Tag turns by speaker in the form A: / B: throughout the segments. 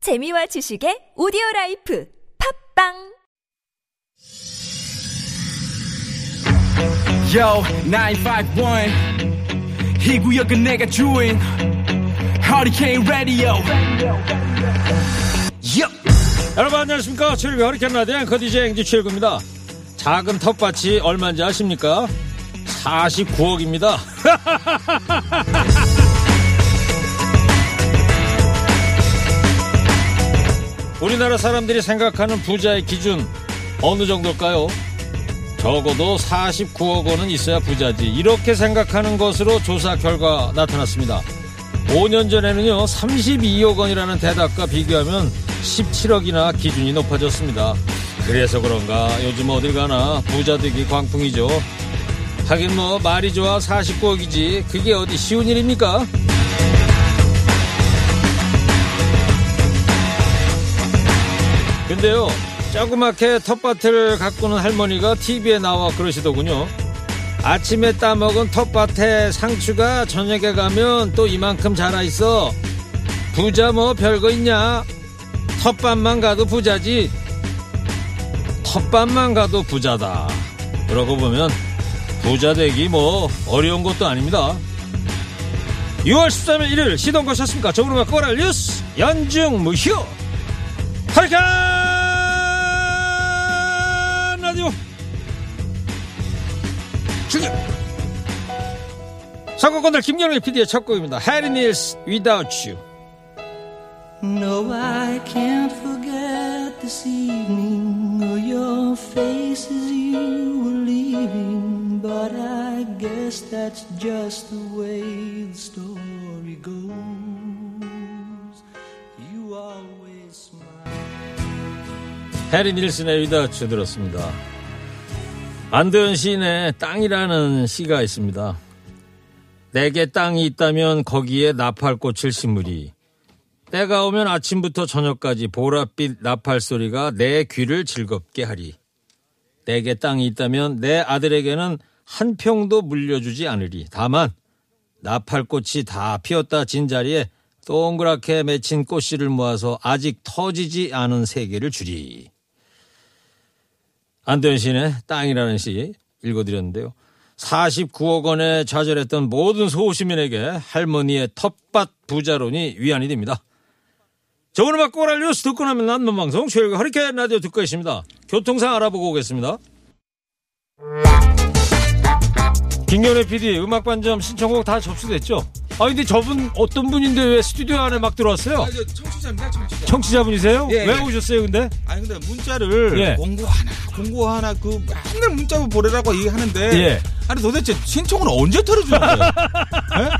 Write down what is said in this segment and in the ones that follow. A: 재미와 지식의 오디오 라이프 팝빵
B: Yo, 951. 이 구역은 내가 주인. Hurricane Radio. Yo.
C: 여러분 안녕하십니까 최일구 허리케인 라디오 앵커 DJ 앵지 최일구입니다 작은 텃밭이 얼마인지 아십니까? 49억입니다 우리나라 사람들이 생각하는 부자의 기준 어느 정도일까요? 적어도 49억 원은 있어야 부자지 이렇게 생각하는 것으로 조사 결과 나타났습니다 5년 전에는요 32억 원이라는 대답과 비교하면 17억이나 기준이 높아졌습니다. 그래서 그런가 요즘 어딜 가나 부자 되기 광풍이죠. 하긴 뭐 말이 좋아 49억이지 그게 어디 쉬운 일입니까? 근데요 조그맣게 텃밭을 가꾸는 할머니가 TV에 나와 그러시더군요. 아침에 따먹은 텃밭에 상추가 저녁에 가면 또 이만큼 자라 있어. 부자 뭐 별거 있냐? 텃밭만 가도 부자지. 텃밭만 가도 부자다. 그러고 보면 부자 되기 뭐 어려운 것도 아닙니다. 6월 13일 일요일 시동 거셨습니까? 정으로만 꺼라 뉴스 연중 무휴 하리칸 라디오 출격! 선곡권들 김경래 PD의 첫 곡입니다. 해리 닐스 Without You.
D: No, I can't forget this evening or your face as you were leaving, but I guess that's just the way the story goes. You always smile.
C: 해리 닐슨의 Without You 들었습니다. 안도현 시인의 땅이라는 시가 있습니다. 내게 땅이 있다면 거기에 나팔꽃을 심으리. 때가 오면 아침부터 저녁까지 보랏빛 나팔 소리가 내 귀를 즐겁게 하리. 내게 땅이 있다면 내 아들에게는 한 평도 물려주지 않으리. 다만 나팔꽃이 다 피었다 진 자리에 동그랗게 맺힌 꽃씨를 모아서 아직 터지지 않은 세계를 주리. 안도현 시인의 땅이라는 시 읽어드렸는데요. 49억 원에 좌절했던 모든 소시민에게 할머니의 텃밭 부자론이 위안이 됩니다. 저번에 받고 오랄 뉴스 듣고 나면 남는 방송 최일과 허리케인 라디오 듣고 계십니다. 교통상 알아보고 오겠습니다. 김경래 PD 음악반점 신청곡 다 접수됐죠? 아 근데 저분 어떤 분인데 왜 스튜디오 안에 막 들어왔어요?
E: 아, 저 청취자입니다, 청취자.
C: 청취자분이세요?
E: 예,
C: 왜
E: 예.
C: 오셨어요 근데?
E: 아니 근데 문자를
C: 예.
E: 공고 하나, 공고 하나 그 맨날 문자로 보내라고 얘기하는데
C: 예.
E: 아니 도대체 신청은 언제 털어주는 거예요? 예?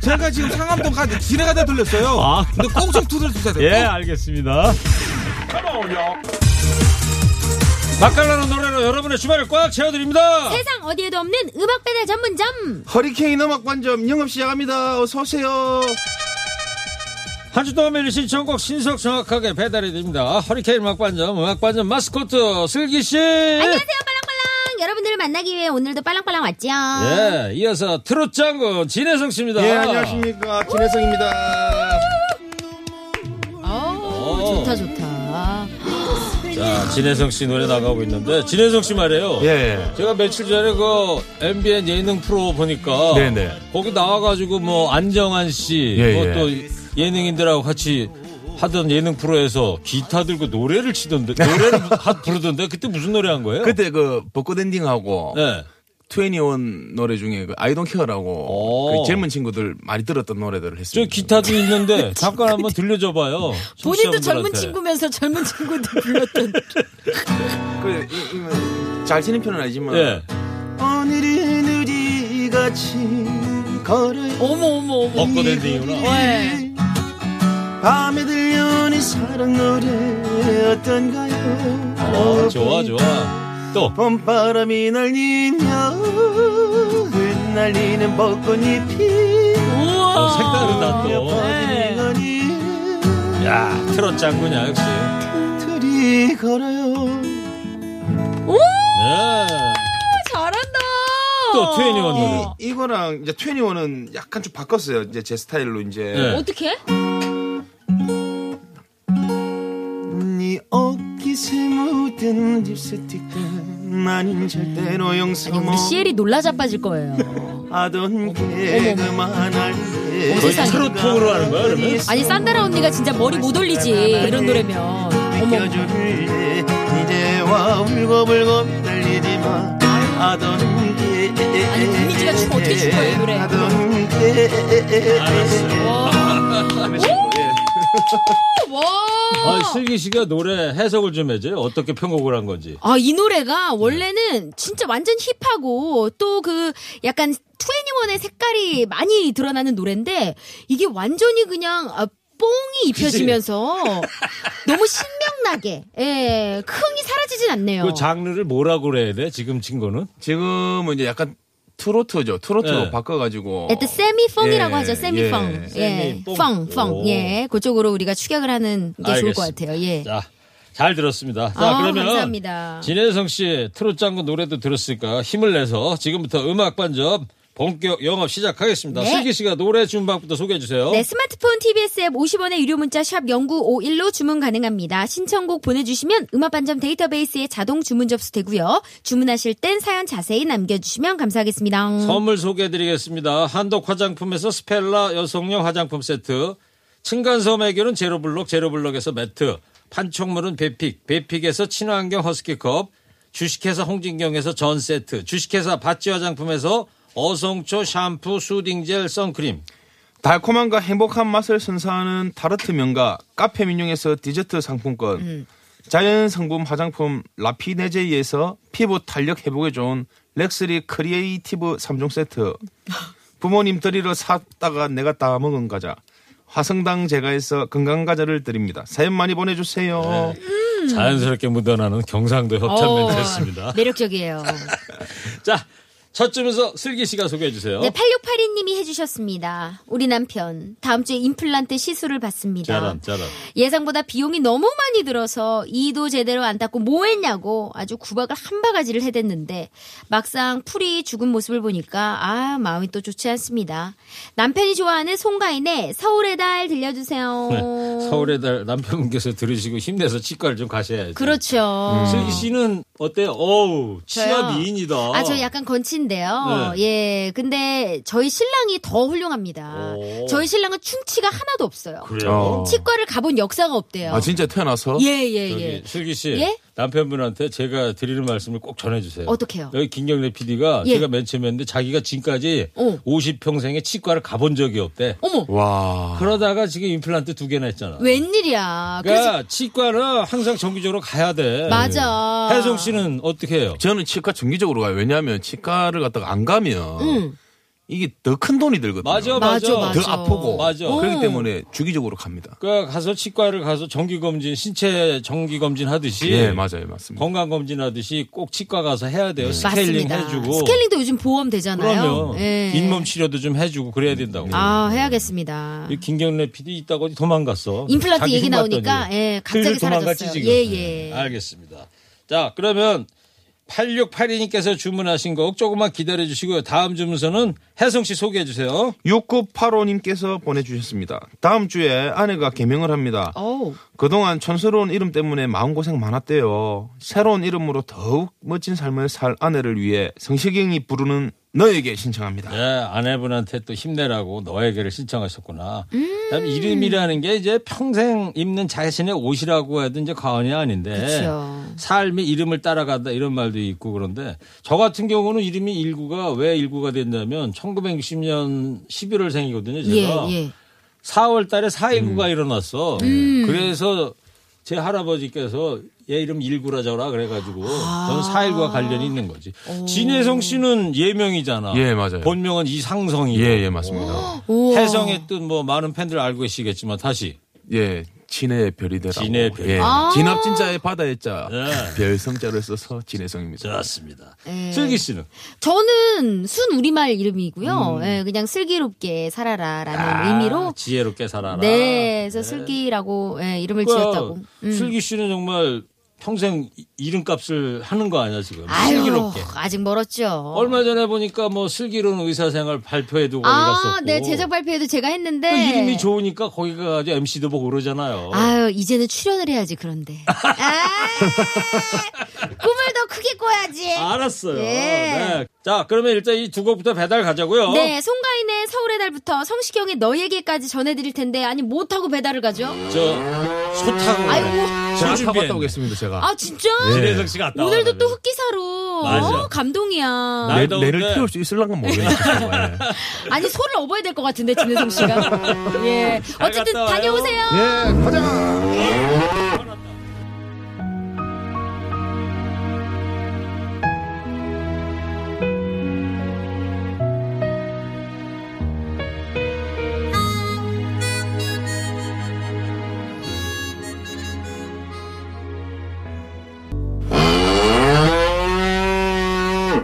E: 제가 지금 상암동 가 지뢰가다 들렸어요.
C: 아.
E: 근데 꼭 좀 두드려 주셔야 돼요.
C: 예, 알겠습니다. 맛깔나는 노래로 여러분의 주말을 꽉 채워드립니다.
F: 세상 어디에도 없는 음악 배달 전문점.
G: 허리케인 음악 관점 영업 시작합니다. 어서 오세요.
C: 한 주 동안 매일 신청곡 신속 정확하게 배달해드립니다. 허리케인 음악반점, 음악반점 마스코트 슬기씨.
F: 안녕하세요, 빨랑빨랑. 여러분들을 만나기 위해 오늘도 빨랑빨랑 왔지요.
C: 예, 이어서 트롯 장군 진혜성씨입니다.
G: 예, 안녕하십니까. 진혜성입니다.
F: 어우, 좋다, 좋다.
C: 자, 진혜성씨 노래 나가고 있는데, 진혜성씨 말이에요.
G: 예.
C: 제가 며칠 전에 그 MBN 예능 프로 보니까
G: 네네.
C: 거기 나와가지고 뭐 안정환 씨,
G: 예,
C: 뭐 또 예능인들하고 같이 하던 예능 프로에서 기타 들고 노래를 치던데 노래를 하- 부르던데 그때 무슨 노래 한 거예요?
G: 그때 그 벚꽃 엔딩하고
C: 네.
G: 투애니원 노래 중에 그 아이
C: 오.
G: 돈 케어라고 그 젊은 친구들 많이 들었던 노래들을
C: 저
G: 했습니다.
C: 기타도 있는데 잠깐 한번 들려줘 봐요.
F: 본인도 젊은 친구면서 젊은 친구들 불렀던.
G: 그, 이- 이- 잘 치는 편은 아니지만
C: 예.
G: 오늘은 우리 같이 걸어요.
F: 어머, 어머, 어머.
C: 벚꽃 엔딩이구나. 예.
F: 네.
G: 밤에 들려오는 사랑 노래 어떤가요?
C: 아, 좋아 좋아. 또
G: 봄바람이 날리며 흩날리는 벚꽃잎이
C: 어, 색다르다
F: 어.
C: 또.
G: 여파리니
C: 야 트롯 장군이야 역시.
G: 둘이 걸어요
C: 네.
F: 잘한다. 어.
C: 또 투애니원 노래.
G: 이거랑 이제 21은 약간 좀 바꿨어요 이제 제 스타일로 이제
C: 네.
F: 어떻게?
G: 눈빛에 네 묻은 립스틱들 나는 절대로 용서
H: 아니 우리 시엘이 놀라 자빠질 거예요.
G: 하던 게 그만할 때
H: 거의 세상에.
C: 트로트로 하는 거야, 그러면?
H: 아니 산다라 언니가 진짜 머리 못 올리지 이런 노래면. 어머
C: 그
G: 느껴줄래 이제와 울고불고 달리지 마 하던 게
H: 아니, 김미지가 춤 어떻게 출 거야, 이 노래.
G: 하던 게
C: 아,
H: 와.
C: 아, 슬기 씨가 노래 해석을 좀 해줘요. 어떻게 편곡을 한 건지.
H: 아, 이 노래가 원래는 진짜 완전 힙하고 또 그 약간 투애니원의 색깔이 많이 드러나는 노래인데 이게 완전히 그냥 아, 뽕이 입혀지면서 너무 신명나게 예, 흥이 사라지진 않네요.
F: 어.
C: 그 장르를 뭐라고 그래야 돼? 지금 친구는?
G: 지금은 이제 약간 트로트죠 트로트로
C: 예.
G: 바꿔가지고
H: 일단 세미펑이라고
G: 예,
H: 하죠. 세미펑.
G: 예.
H: 예.
C: 세미펑.
H: 펑, 펑.
C: 오.
H: 예. 그쪽으로 우리가 추격을 하는 게 좋을 것
C: 알겠습니다.
H: 같아요. 예.
C: 자, 잘 들었습니다. 자,
H: 아,
C: 그러면
H: 감사합니다.
C: 진혜성 씨 트롯 장군 노래도 들었으니까 힘을 내서 지금부터 음악 반점 본격 영업 시작하겠습니다.
H: 네.
C: 슬기 씨가 노래 준비부터 소개해 주세요.
H: 네, 스마트폰 TBS 앱 50원의 유료 문자 샵 0951로 주문 가능합니다. 신청곡 보내주시면 음악반점 데이터베이스에 자동 주문 접수되고요. 주문하실 땐 사연 자세히 남겨주시면 감사하겠습니다.
C: 선물 소개해드리겠습니다. 한독 화장품에서 스펠라 여성용 화장품 세트, 층간소음 해결은 제로블록, 제로블록에서 매트, 판촉물은 베픽, 베픽에서 친환경 허스키컵, 주식회사 홍진경에서 전 세트, 주식회사 바찌 화장품에서 어성초 샴푸, 수딩젤, 선크림,
G: 달콤함과 행복한 맛을 선사하는 타르트 명가 카페 민용에서 디저트 상품권 자연 성분 화장품 라피네제이에서 피부 탄력 회복에 좋은 렉스리 크리에이티브 3종 세트 부모님 드리러 샀다가 내가 다 먹은 과자 화성당 제과에서 건강 과자를 드립니다 사연 많이 보내주세요
C: 네, 자연스럽게 묻어나는 경상도 협찬
H: 어,
C: 멘트였습니다.
H: 매력적이에요.
C: 자, 첫 주면서 슬기 씨가 소개해주세요.
H: 네, 8682님이 해주셨습니다. 우리 남편, 다음 주에 임플란트 시술을 받습니다.
C: 짜란, 짜란.
H: 예상보다 비용이 너무 많이 들어서 이도 제대로 안 닦고 뭐 했냐고 아주 구박을 한 바가지를 해댔는데 막상 풀이 죽은 모습을 보니까 아 마음이 또 좋지 않습니다. 남편이 좋아하는 송가인의 서울의 달 들려주세요.
C: 네, 서울의 달 남편분께서 들으시고 힘내서 치과를 좀 가셔야죠.
H: 그렇죠.
C: 슬기 씨는 어때요? 어우, 치아
H: 저요?
C: 미인이다. 네.
H: 아, 저 약간 건치인데요. 예. 근데 저희 신랑이 더 훌륭합니다.
C: 오.
H: 저희 신랑은 충치가 하나도 없어요.
C: 그래요.
H: 치과를 가본 역사가 없대요.
G: 아 진짜 태어나서
H: 예, 예,
C: 저기
H: 예.
C: 슬기 씨
H: 예?
C: 남편분한테 제가 드리는 말씀을 꼭 전해주세요.
H: 어떡해요?
C: 여기 김경래 PD가
H: 예.
C: 제가 맨 처음에 했는데 자기가 지금까지
H: 어.
C: 50평생에 치과를 가본 적이 없대.
H: 어머,
G: 와
C: 그러다가 지금 임플란트 두 개나 했잖아.
H: 웬일이야. 그래서
C: 그러니까 치과는 항상 정기적으로 가야 돼.
H: 맞아.
C: 혜성 씨는 어떻게 해요?
E: 저는 치과 정기적으로 가요. 왜냐하면 치과를 갔다가 안 가면 이게 더 큰 돈이 들거든요.
C: 맞아,
H: 맞아,
C: 맞아.
H: 맞아. 음.
E: 더 아프고.
C: 맞아.
E: 그렇기 때문에 주기적으로 갑니다.
C: 그 그러니까 가서 치과를 가서 정기 검진, 신체 정기 검진 하듯이
E: 예, 맞아요, 맞습니다.
C: 건강 검진하듯이 꼭 치과 가서 해야 돼요. 스케일링
H: 맞습니다.
C: 해주고.
H: 스케일링도 요즘 보험 되잖아요.
C: 그러면
H: 예.
C: 잇몸 치료도 좀 해주고 그래야 된다고.
H: 아 해야겠습니다.
C: 이 김경래 PD 있다고 어디 도망갔어.
H: 임플란트
C: 자기
H: 얘기
C: 흉
H: 나오니까
C: 봤더니.
H: 예, 갑자기
C: 슬슬 도망갔지,
H: 사라졌어요.
C: 지금.
H: 예, 예.
C: 네, 알겠습니다. 자 그러면 8682님께서 주문하신 곡 조금만 기다려 주시고요. 다음 주문서는 혜성 씨 소개해 주세요.
G: 6985님께서 보내주셨습니다 다음 주에 아내가 개명을 합니다
H: 어우,
G: 그동안 촌스러운 이름 때문에 마음고생 많았대요. 새로운 이름으로 더욱 멋진 삶을 살 아내를 위해 성시경이 부르는 너에게 신청합니다.
C: 예, 아내분한테 또 힘내라고 너에게를 신청하셨구나. 그다음에 이름이라는 게 이제 평생 입는 자신의 옷이라고 해도 이제 과언이 아닌데
H: 그쵸.
C: 삶이 이름을 따라간다 이런 말도 있고 그런데 저 같은 경우는 이름이 일구가 왜 일구가 됐냐면 1960년 11월생이거든요.
H: 예,
C: 제가
H: 예.
C: 4월 달에 419가
H: 음.
C: 일어났어. 그래서 제 할아버지께서 얘 이름 일구라저라 그래가지고 저는
H: 아.
C: 419와 관련이 있는 거지. 진혜성 씨는 예명이잖아.
E: 예, 맞아요.
C: 본명은 이상성이.
E: 예, 예, 맞습니다.
H: 우와.
C: 해성의 뜻 뭐 많은 팬들 알고 계시겠지만 다시.
E: 예, 진의 별이 되라.
C: 진의 별이
E: 예.
H: 아.
E: 진압진자의 바다의 자.
C: 예.
E: 별성자를 써서 진해성입니다.
C: 좋습니다.
H: 예.
C: 슬기 씨는
H: 저는 순 우리말 이름이고요.
C: 음.
H: 예, 그냥 슬기롭게 살아라라는 의미로
C: 지혜롭게 살아라.
H: 네, 그래서 슬기라고 예, 이름을
C: 네. 그러니까
H: 지었다고. 네, 음.
C: 슬기 씨는 정말 평생 이- 이름값을 하는 거 아니야 지금
H: 아유,
C: 슬기롭게.
H: 아직 멀었죠.
C: 얼마 전에 보니까 뭐 슬기로운 의사생활 발표회도 거기
H: 아,
C: 갔었고.
H: 네, 제작 발표회도 제가 했는데.
C: 그 이름이 좋으니까 거기 가서 MC도 보고 그러잖아요.
H: 네. 아유, 이제는 출연을 해야지, 그런데. 에이, 꿈을 더 크게 꿔야지.
C: 알았어요.
H: 예.
C: 네. 자, 그러면 일단 이 두 곡부터 배달 가자고요.
H: 네, 송가인의 서울의 달부터 성시경의 너에게까지 전해드릴 텐데, 아니, 못하고 배달을 가죠?
C: 저소 타고.
H: 아이고.
C: 저
G: 제가 갔다 오겠습니다. 제가
H: 아, 진짜?
C: 네. 진혜성 씨가 왔다.
H: 오늘도 또
C: 오라면.
H: 흑기사로.
C: 맞아. 네.
H: 어, 감동이야.
C: 날
G: 내,
C: 더운데.
G: 내를 피울 수 있을랑은 모르겠어요.
H: 아니, 소를 업어야 될 것 같은데, 진혜성 씨가. 예.
C: 잘
H: 어쨌든
C: 갔다 와요.
H: 다녀오세요.
G: 예, 가자.
H: 아유,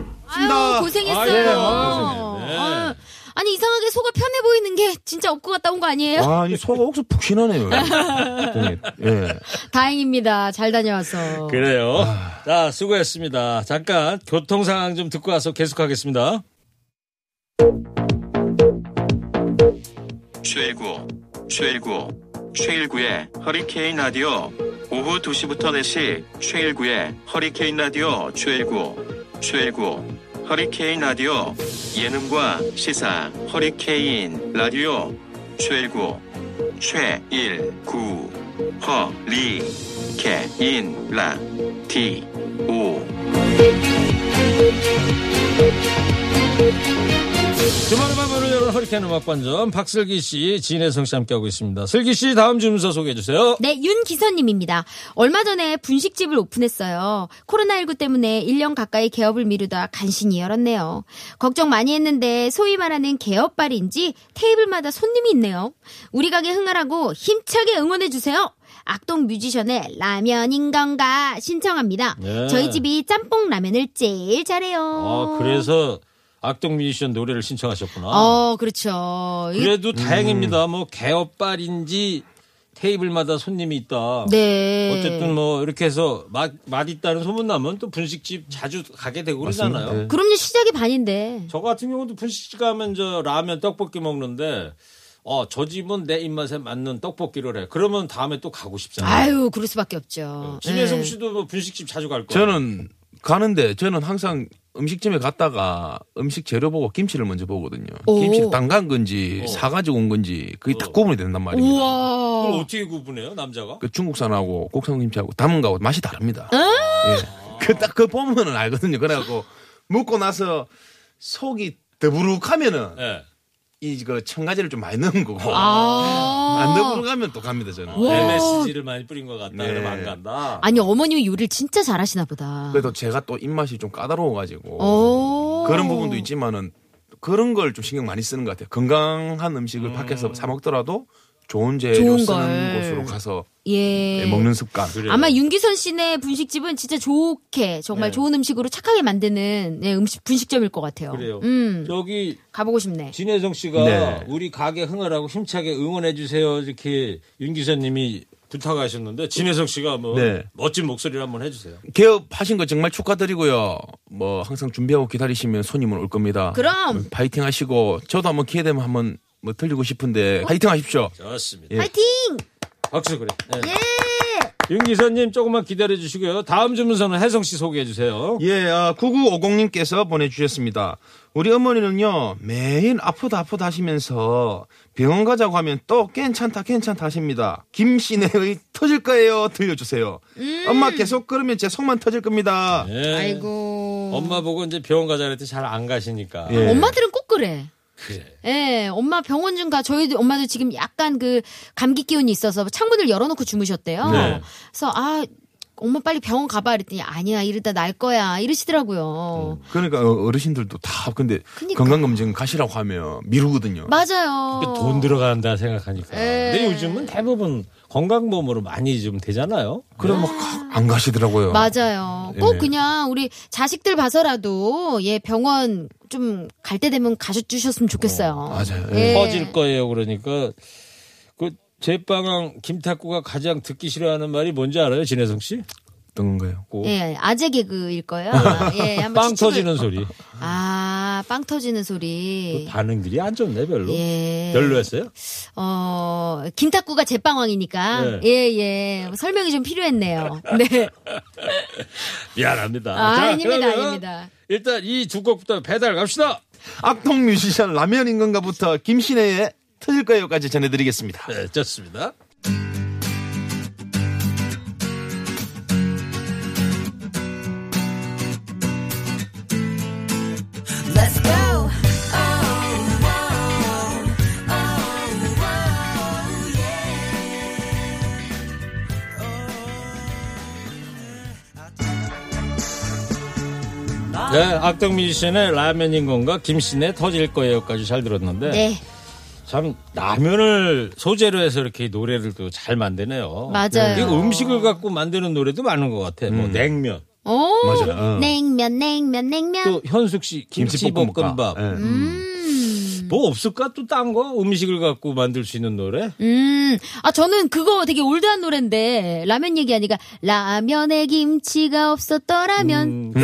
H: 네. 고생했어요.
C: 아, 예, 아, 고생했네. 네.
H: 아유, 아니, 이상하게 소가 편해 보이는 게 진짜 업고 갔다 온 거 아니에요?
G: 아, 이 소가 옥수 푹신하네요. 예.
H: 다행입니다. 잘 다녀와서.
C: 그래요. 자, 수고했습니다. 잠깐 교통 상황 좀 듣고 와서 계속하겠습니다.
I: 쉐일구, 쉐일구, 쉐일구의 허리케인 라디오. 오후 2시부터 4시, 쉐일구의 허리케인 라디오, 쉐일구, 쉐일구, 허리케인 라디오. 예능과 시사, 허리케인 라디오, 쉐일구, 쉐일구, 허리케인 라디오.
C: 주말의 밤으로 여는 허리케인 음악반점 박슬기 씨, 진혜성 씨 함께하고 있습니다. 슬기 씨 다음 주문서 소개해 주세요.
H: 네, 윤기선님입니다. 얼마 전에 분식집을 오픈했어요. 코로나19 때문에 1년 가까이 개업을 미루다 간신히 열었네요. 걱정 많이 했는데 소위 말하는 개업발인지 테이블마다 손님이 있네요. 우리 가게 흥하라고 힘차게 응원해주세요. 악동 뮤지션의 라면인 건가 신청합니다.
C: 네.
H: 저희 집이 짬뽕 라면을 제일 잘해요.
C: 아, 그래서 악동 뮤지션 노래를 신청하셨구나.
H: 어, 그렇죠. 이게-
C: 그래도 다행입니다. 뭐 개업발인지 테이블마다 손님이 있다.
H: 네.
C: 어쨌든 뭐 이렇게 해서 맛, 맛있다는 소문나면 또 분식집 자주 가게 되고 그러잖아요.
G: 네.
H: 그럼요, 시작이 반인데.
C: 저 같은 경우도 분식집 가면 저 라면 떡볶이 먹는데 어, 저 집은 내 입맛에 맞는 떡볶이를 해. 그러면 다음에 또 가고 싶잖아요.
H: 아유, 그럴 수밖에 없죠.
C: 진혜성
H: 예.
C: 씨도 뭐 분식집 자주 갈 거예요.
G: 저는 가는데 저는 항상 음식점에 갔다가 음식 재료 보고 김치를 먼저 보거든요.
H: 오.
G: 김치를 담간 건지 사가지고 온 건지 그게 다 구분이 된단 말입니다.
H: 우와.
C: 그걸 어떻게 구분해요, 남자가?
G: 그 중국산하고 국산 김치하고 담은 거하고 맛이 다릅니다.
H: 아.
G: 예. 그 딱 그 보면은 알거든요. 그래갖고 먹고 나서 속이 더부룩하면은
C: 예.
G: 이 그 첨가제를 좀 많이 넣은 거고
H: 아.
G: 안 더부룩하면 또 갑니다 저는.
H: 어.
C: MSG를 많이 뿌린 것 같다.
G: 네.
C: 그러면 안 간다.
H: 아니 어머님이 요리를 진짜 잘하시나 보다.
G: 그래도 제가 또 입맛이 좀 까다로워가지고
H: 오.
G: 네. 그런 부분도 있지만은 그런 걸 좀 신경 많이 쓰는 것 같아요. 건강한 음식을 밖에서 사 먹더라도 좋은 재료
H: 좋은
G: 쓰는
H: 걸.
G: 곳으로 가서
H: 예.
G: 네, 먹는 습관.
C: 그래요.
H: 아마 윤기선 씨네 분식집은 진짜 좋게
G: 네.
H: 정말 좋은 음식으로 착하게 만드는 예, 음식 분식점일 것 같아요.
C: 그래요.
H: 음.
C: 저기
H: 가보고 싶네.
C: 진혜성 씨가
G: 네.
C: 우리 가게 흥하라고 힘차게 응원해 주세요. 이렇게 윤 기자님이 부탁하셨는데 진혜성 씨가 뭐
G: 네.
C: 멋진 목소리를 한번 해주세요.
G: 개업하신 거 정말 축하드리고요. 뭐 항상 준비하고 기다리시면 손님은 올 겁니다. 음,
H: 그럼.
G: 파이팅 하시고 저도 한번 기회 되면 한번 뭐 들리고 싶은데 파이팅 하십시오.
C: 좋습니다.
G: 예.
H: 파이팅!
C: 박수 그래. 네. 윤 기자님 조금만 기다려 주시고요. 다음 주문서는 혜성 씨 소개해 주세요.
G: 예, 아, 9950님께서 보내주셨습니다. 우리 어머니는요, 매일 아프다 아프다 하시면서 병원 가자고 하면 또 괜찮다 괜찮다 하십니다. 김신혜의 터질 거예요. 들려주세요.
H: 음.
G: 엄마 계속 그러면 제 속만 터질 겁니다.
C: 네.
H: 아이고.
C: 엄마 보고 이제 병원 가자 그랬더니 잘 안 가시니까.
G: 예.
H: 엄마들은 꼭 그래.
C: 그래.
H: 예, 엄마 병원 좀 가. 저희 엄마도 지금 약간 그 감기 기운이 있어서 창문을 열어놓고 주무셨대요.
C: 네.
H: 그래서 아, 엄마 빨리 병원 가봐. 그랬더니 아니야, 이러다 날 거야.
C: 음.
H: 이러시더라고요.
G: 그러니까 어, 어르신들도 다 근데
H: 그러니까.
G: 건강검진 가시라고 하면 미루거든요.
H: 맞아요.
C: 돈 들어간다 생각하니까.
H: 예.
C: 근데 요즘은 대부분 건강보험으로 많이 좀 되잖아요.
G: 그럼 막안 가시더라고요.
H: 맞아요. 꼭
G: 예.
H: 그냥 우리 자식들 봐서라도 예 병원 좀 갈 때 되면 가셔주셨으면 좋겠어요.
G: 맞아요.
H: 예.
C: 퍼질 거예요. 그러니까 그 제빵왕 김탁구가 가장 듣기 싫어하는 말이 뭔지 알아요, 진혜성 씨?
G: 어떤 건가요? 꼭.
H: 예, 아재 개그일 거예요. 아마. 예, 한번
C: 빵
H: 추측을-
C: 터지는 소리. 그
H: 아, 빵 터지는 소리.
C: 반응들이 안 좋네 별로.
H: 예.
C: 별로였어요?
H: 어, 김탁구가
G: 네.
H: 제빵왕이니까. 예, 예. 설명이 좀 필요했네요. 네.
C: 미안합니다.
H: 아, 아닙니다,
C: 그러면
H: 아닙니다.
C: 일단 이 두 곡부터 배달 갑시다.
G: 악동 뮤지션 라면인 건가부터 김신혜의 터질까요까지 전해드리겠습니다.
C: 네, 좋습니다. 네, 악동 뮤지션의 라면인 건가 김신의 터질 거예요까지 잘 들었는데
H: 네.
C: 참 라면을 소재로 해서 이렇게 노래를 또 잘 만드네요.
H: 맞아요.
C: 이게 음식을 갖고 만드는 노래도 많은 것 같아. 뭐 냉면,
H: 오.
G: 맞아요. 어.
F: 냉면 냉면 냉면
C: 또 현숙 씨 김치볶음밥.
G: 김치볶음밥. 예.
C: 뭐 없을까 또 딴 거? 음식을 갖고 만들 수 있는 노래?
H: 음, 아, 저는 그거 되게 올드한 노래인데, 라면 얘기하니까, 라면에 김치가 없었더라면, 음.
G: 음.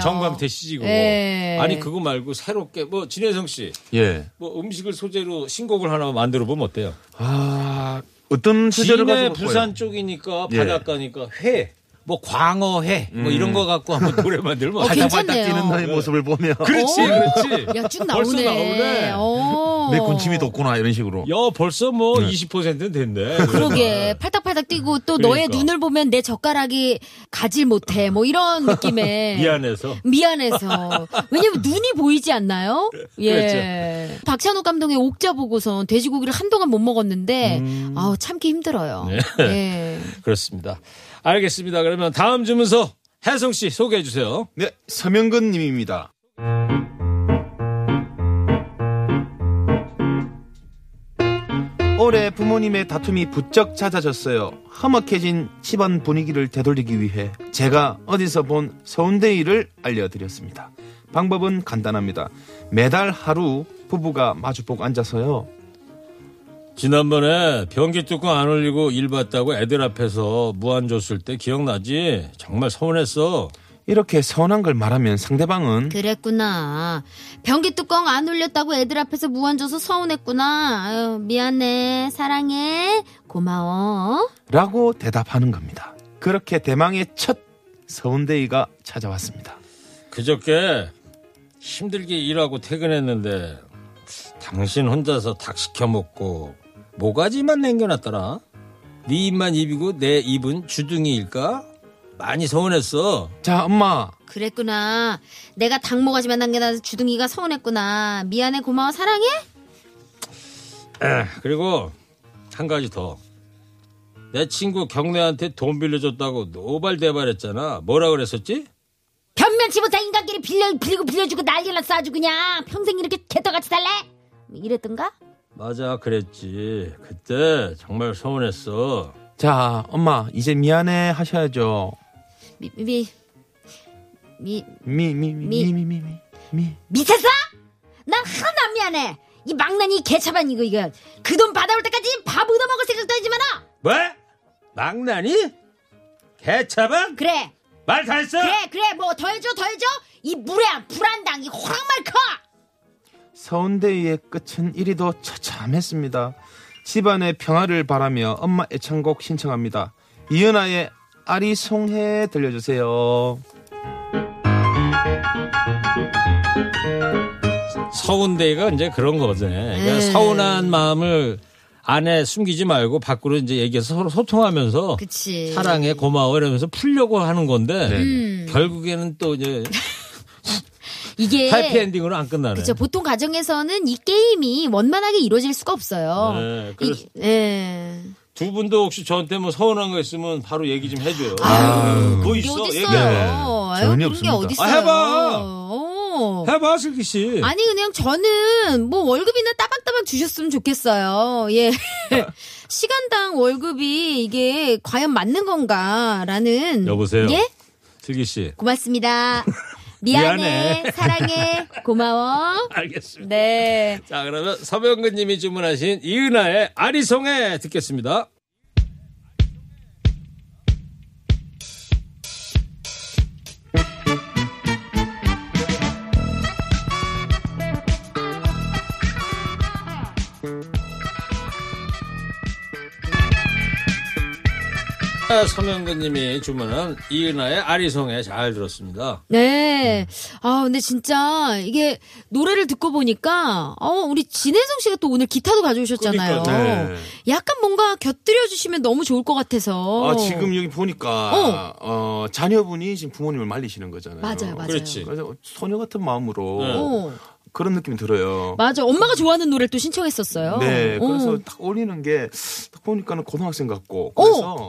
C: 음. 정광태 씨지고. 뭐.
H: 예.
C: 아니 그거 말고 새롭게 뭐 진혜성 씨.
G: 예.
C: 뭐 음식을 소재로 신곡을 하나 만들어 보면 어때요?
G: 아, 어떤 소재를
C: 진해
G: 가지고
C: 부산 쪽이니까
G: 예. 음.
C: 바닷가니까 회, 뭐 광어회, 뭐 이런 거 갖고 한번 노래 만들면
H: 어,
C: 어때요?
H: 괜찮-
G: 바닥 뛰는 나의
C: 네.
G: 모습을 보면
C: 그렇지, 그렇지.
H: 야, 쭉
C: 벌써
H: 나오네.
C: 나오네.
H: 어. 오.
G: 내 군침이 돋구나 이런 식으로.
C: 야, 벌써 뭐
G: 네.
C: 20%는 됐네.
H: 아, 그러게 팔딱팔딱 뛰고 또 너의
C: 그러니까.
H: 눈을 보면 내 젓가락이 가질 못해 뭐 이런 느낌에
C: 미안해서.
H: 미안해서 왜냐면 눈이 보이지 않나요? 예.
C: 그렇죠.
H: 박찬욱 감독의 옥자 보고선 돼지고기를 한동안 못 먹었는데
C: 음.
H: 아우 참기 힘들어요.
C: 네.
H: 예.
C: 그렇습니다. 알겠습니다. 그러면 다음 주문서 혜성 씨 소개해 주세요.
G: 네, 서명근 님입니다. 올해 부모님의 다툼이 부쩍 잦아졌어요. 험악해진 집안 분위기를 되돌리기 위해 제가 어디서 본 서운데이를 알려드렸습니다. 방법은 간단합니다. 매달 하루 부부가 마주보고 앉아서요.
C: 지난번에 변기 뚜껑 안 올리고 일 봤다고 애들 앞에서 무안 줬을 때 기억나지? 정말 서운했어.
G: 이렇게 서운한 걸 말하면 상대방은
F: 그랬구나 변기 뚜껑 안 올렸다고 애들 앞에서 무한줘서 서운했구나 아유, 미안해 사랑해 고마워
G: 라고 대답하는 겁니다. 그렇게 대망의 첫 서운데이가 찾아왔습니다.
C: 그저께 힘들게 일하고 퇴근했는데 당신 혼자서 닭 시켜 먹고 모가지만 남겨놨더라. 네 입만 입이고 내 입은 주둥이일까? 많이 서운했어.
G: 자, 엄마.
F: 그랬구나 내가 닭모가지만 남겨놔서 주둥이가 서운했구나 미안해 고마워 사랑해
C: 그리고 한 가지 더. 내 친구 경례한테 돈 빌려줬다고 노발대발했잖아. 뭐라 그랬었지?
F: 변변치 못한 인간끼리 빌려 빌리고 빌려주고 난리 났어 아주 그냥 평생 이렇게 개떡같이 살래 뭐 이랬던가
C: 맞아, 그랬지. 그때 정말 서운했어.
G: 자, 엄마. 이제 미안해 하셔야죠.
F: 미미 미,
G: 미, 미, 미, 미,
F: 미.
G: 미, 미, 미. 미.
F: 미쳤어? 난 하나도 안 미안해. 이 망나니 개차반 이거 이거 그 돈 받아올 때까지 밥 얻어 먹을 생각도 하지 마라.
C: 뭐? 망나니? 개차반?
F: 그래
C: 말 잘했어!
F: 그래 그래 뭐 더 해줘 더 해줘 이 무례한 불안당 이 호랑말커.
G: 서운데이의 끝은 이리도 처참했습니다. 집안의 평화를 바라며 엄마 애창곡 신청합니다. 이은아의 아리송해 들려주세요.
C: 서운데이가 이제 그런 거거든.
H: 음.
C: 그러니까 서운한 마음을 안에 숨기지 말고 밖으로 이제 얘기해서 서로 소통하면서
H: 그치.
C: 사랑해 고마워 이러면서 풀려고 하는 건데
H: 음.
C: 결국에는 또 이제
H: 이게
C: 해피엔딩으로 안 끝나네.
H: 네. 그쵸 그렇죠. 보통 가정에서는 이 게임이 원만하게 이루어질 수가 없어요.
C: 네,
H: 이-
C: 그래서-
H: 예.
C: 두 분도 혹시 저한테 뭐 서운한 거 있으면 바로 얘기 좀 해줘요. 뭐
H: 이게
C: 있어?
H: 어딨어요?
C: 얘기-
H: 아유, 그런 게
G: 없습니다.
H: 어딨어요?
C: 아, 해봐.
H: 오.
C: 네. 해봐 슬기 씨.
H: 아니 그냥 저는 뭐 월급이나 따박따박 주셨으면 좋겠어요. 예.
C: 아.
H: 시간당 월급이 이게 과연 맞는 건가라는
C: 여보세요?
H: 예?
C: 슬기 씨.
H: 고맙습니다. 미안해.
C: 미안해.
H: 사랑해. 고마워.
C: 알겠습니다.
H: 네.
C: 자 그러면 서병근 님이 주문하신 이은아의 아리송해 듣겠습니다. 서명근님이 주문한 이은아의 아리송에 잘 들었습니다.
H: 네.
G: 음.
H: 아, 근데 진짜 이게 노래를 듣고 보니까 어, 우리 진혜성 씨가 또 오늘 기타도 가져오셨잖아요.
G: 그러니까요. 네.
H: 약간 뭔가 곁들여 주시면 너무 좋을 것 같아서.
G: 아, 지금 여기 보니까 어, 자녀분이 지금 부모님을 말리시는 거잖아요.
H: 맞아요, 그렇죠. 맞아요.
C: 그렇지.
G: 그래서 소녀 같은 마음으로
H: 어.
G: 그런 느낌이 들어요.
H: 맞아. 엄마가 좋아하는 노래를 또 신청했었어요.
G: 네, 그래서
H: 어.
G: 딱 올리는 게 딱 보니까는 고등학생 같고 그래서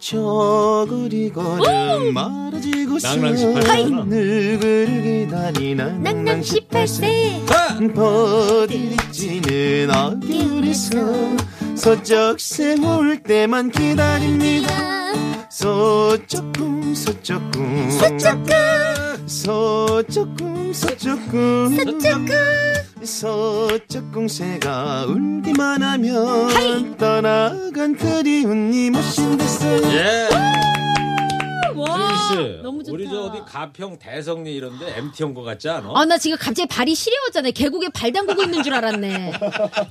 G: 저그리거든 말아지고
C: 낭낭 18세구나.
G: 늙을 기다리나 낭낭 18세 버들지는 어울리서 서적생 올 때만 기다립니다 서적금 서적금 서적금 서적금 서적금 서적궁새가 울기만 하면 떠나간 그리운님 오신 듯은
C: 예.
H: 와,
C: 수진 씨,
H: 아, 너무 좋다.
C: 우리 저 어디 가평 대성리 이런데 MT 온 거 같지 않아?
H: 아, 나 지금 갑자기 발이 시려웠잖아요. 계곡에 발 담그고 있는 줄 알았네.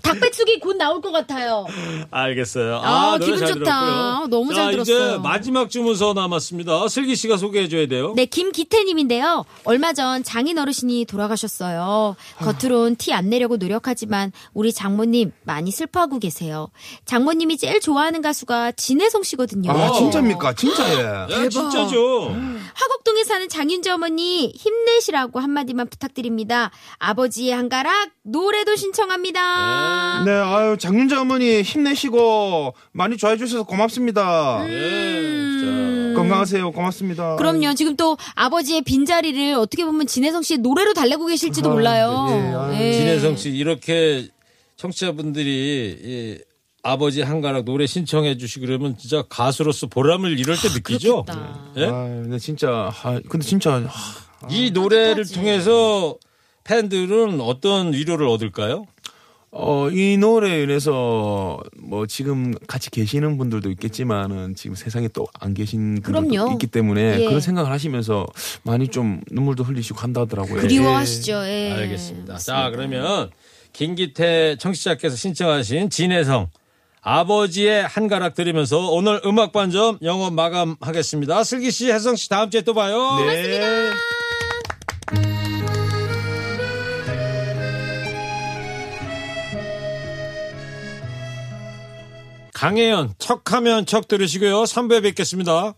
H: 닭백숙이 곧 나올 것 같아요.
C: 알겠어요.
H: 아,
C: 노래
H: 기분
C: 잘
H: 좋다.
C: 들었고요.
H: 너무
C: 자,
H: 잘
C: 이제
H: 들었어요.
C: 마지막 주문서 남았습니다. 슬기 씨가 소개해 줘야 돼요.
H: 네, 김기태님인데요. 얼마 전 장인 어르신이 돌아가셨어요. 겉으론 티 안 내려고 노력하지만 우리 장모님 많이 슬퍼하고 계세요. 장모님이 제일 좋아하는 가수가 진혜성 씨거든요.
E: 아, 진짜입니까? 진짜예.
C: 야, 아, 진짜죠.
H: 화곡동에 사는 장윤재 어머니 힘내시라고 한마디만 부탁드립니다. 아버지의 한가락 노래도 신청합니다.
E: 네, 아유, 장윤자 어머니 힘내시고 많이 좋아해 주셔서 고맙습니다.
H: 음.
C: 예. 자,
E: 건강하세요.
G: 네.
E: 고맙습니다.
H: 그럼요. 지금 또 아버지의 빈자리를 어떻게 보면 진혜성 씨의 노래로 달래고 계실지도 몰라요. 예.
C: 진혜성 씨 이렇게 청취자분들이 이 아버지 한가락 노래 신청해 주시 그러면 진짜 가수로서 보람을 이럴 때 느끼죠.
H: 아, 그렇겠다.
C: 예?
E: 아, 근데 진짜, 아, 근데 진짜 아,
C: 이 노래를 통해서 팬들은 어떤 위로를 얻을까요?
G: 어, 이 노래에 인해서 뭐 지금 같이 계시는 분들도 있겠지만은 지금 세상에 또 안 계신 분들도
H: 그럼요.
G: 있기 때문에
H: 예.
G: 그런 생각을 하시면서 많이 좀 눈물도 흘리시고 한다더라고요.
H: 그리워하시죠. 예.
C: 알겠습니다. 자, 그러면 김기태 청취자께서 신청하신 진혜성 아버지의 한가락 들으면서 오늘 음악 반점 영업 마감하겠습니다. 슬기 씨, 혜성 씨 다음 주에 또 봐요.
G: 네.
C: 강혜연 척하면 척 들으시고요. 3부에 뵙겠습니다.